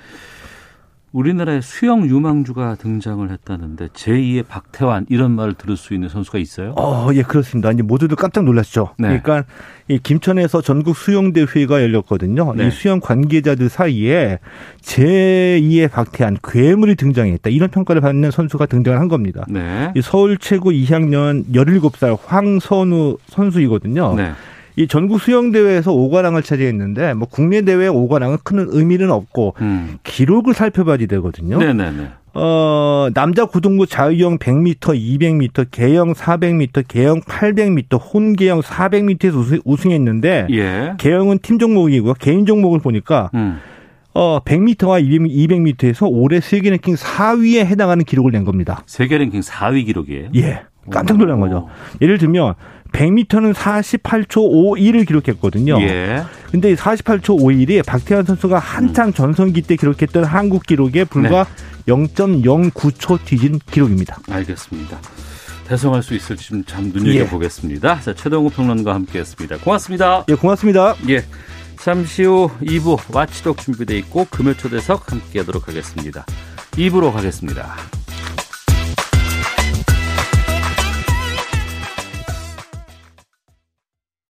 [SPEAKER 2] 우리나라의 수영 유망주가 등장을 했다는데 제2의 박태환 이런 말을 들을 수 있는 선수가 있어요?
[SPEAKER 6] 어, 예, 그렇습니다. 이제 모두들 깜짝 놀랐죠.
[SPEAKER 2] 네.
[SPEAKER 6] 그러니까 이 김천에서 전국 수영 대회가 열렸거든요.
[SPEAKER 2] 네.
[SPEAKER 6] 이 수영 관계자들 사이에 제2의 박태환 괴물이 등장했다. 이런 평가를 받는 선수가 등장을 한 겁니다.
[SPEAKER 2] 네.
[SPEAKER 6] 이 서울 최고 2학년 17살 황선우 선수이거든요.
[SPEAKER 2] 네.
[SPEAKER 6] 이 전국 수영 대회에서 5관왕을 차지했는데 뭐 국내 대회 5관왕은 큰 의미는 없고
[SPEAKER 2] 음.
[SPEAKER 6] 기록을 살펴봐야 되거든요.
[SPEAKER 2] 네, 네, 네.
[SPEAKER 6] 어, 남자 고등부 자유형 100m, 200m, 개영 400m, 개영 800m, 혼개영 400m에서 우승, 우승했는데
[SPEAKER 2] 예.
[SPEAKER 6] 개영은 팀 종목이고요. 개인 종목을 보니까
[SPEAKER 2] 음.
[SPEAKER 6] 어, 100m와 200, 200m에서 올해 세계 랭킹 4위에 해당하는 기록을 낸 겁니다.
[SPEAKER 2] 세계 랭킹 4위 기록이에요.
[SPEAKER 6] 예. 깜짝 놀란 거죠. 예를 들면 100m는 48초 51을 기록했거든요.
[SPEAKER 2] 예.
[SPEAKER 6] 근데 48초 51이 박태환 선수가 한창 전성기 때 기록했던 한국 기록에 불과 0.09초 뒤진 기록입니다.
[SPEAKER 2] 알겠습니다. 대성할 수 있을지 좀 참
[SPEAKER 6] 예.
[SPEAKER 2] 눈여겨보겠습니다. 자, 최동호 평론가와 함께했습니다. 고맙습니다.
[SPEAKER 6] 예, 고맙습니다.
[SPEAKER 2] 예. 잠시 후 2부 와치독 준비돼 있고 금요 초대석 함께하도록 하겠습니다. 2부로 가겠습니다.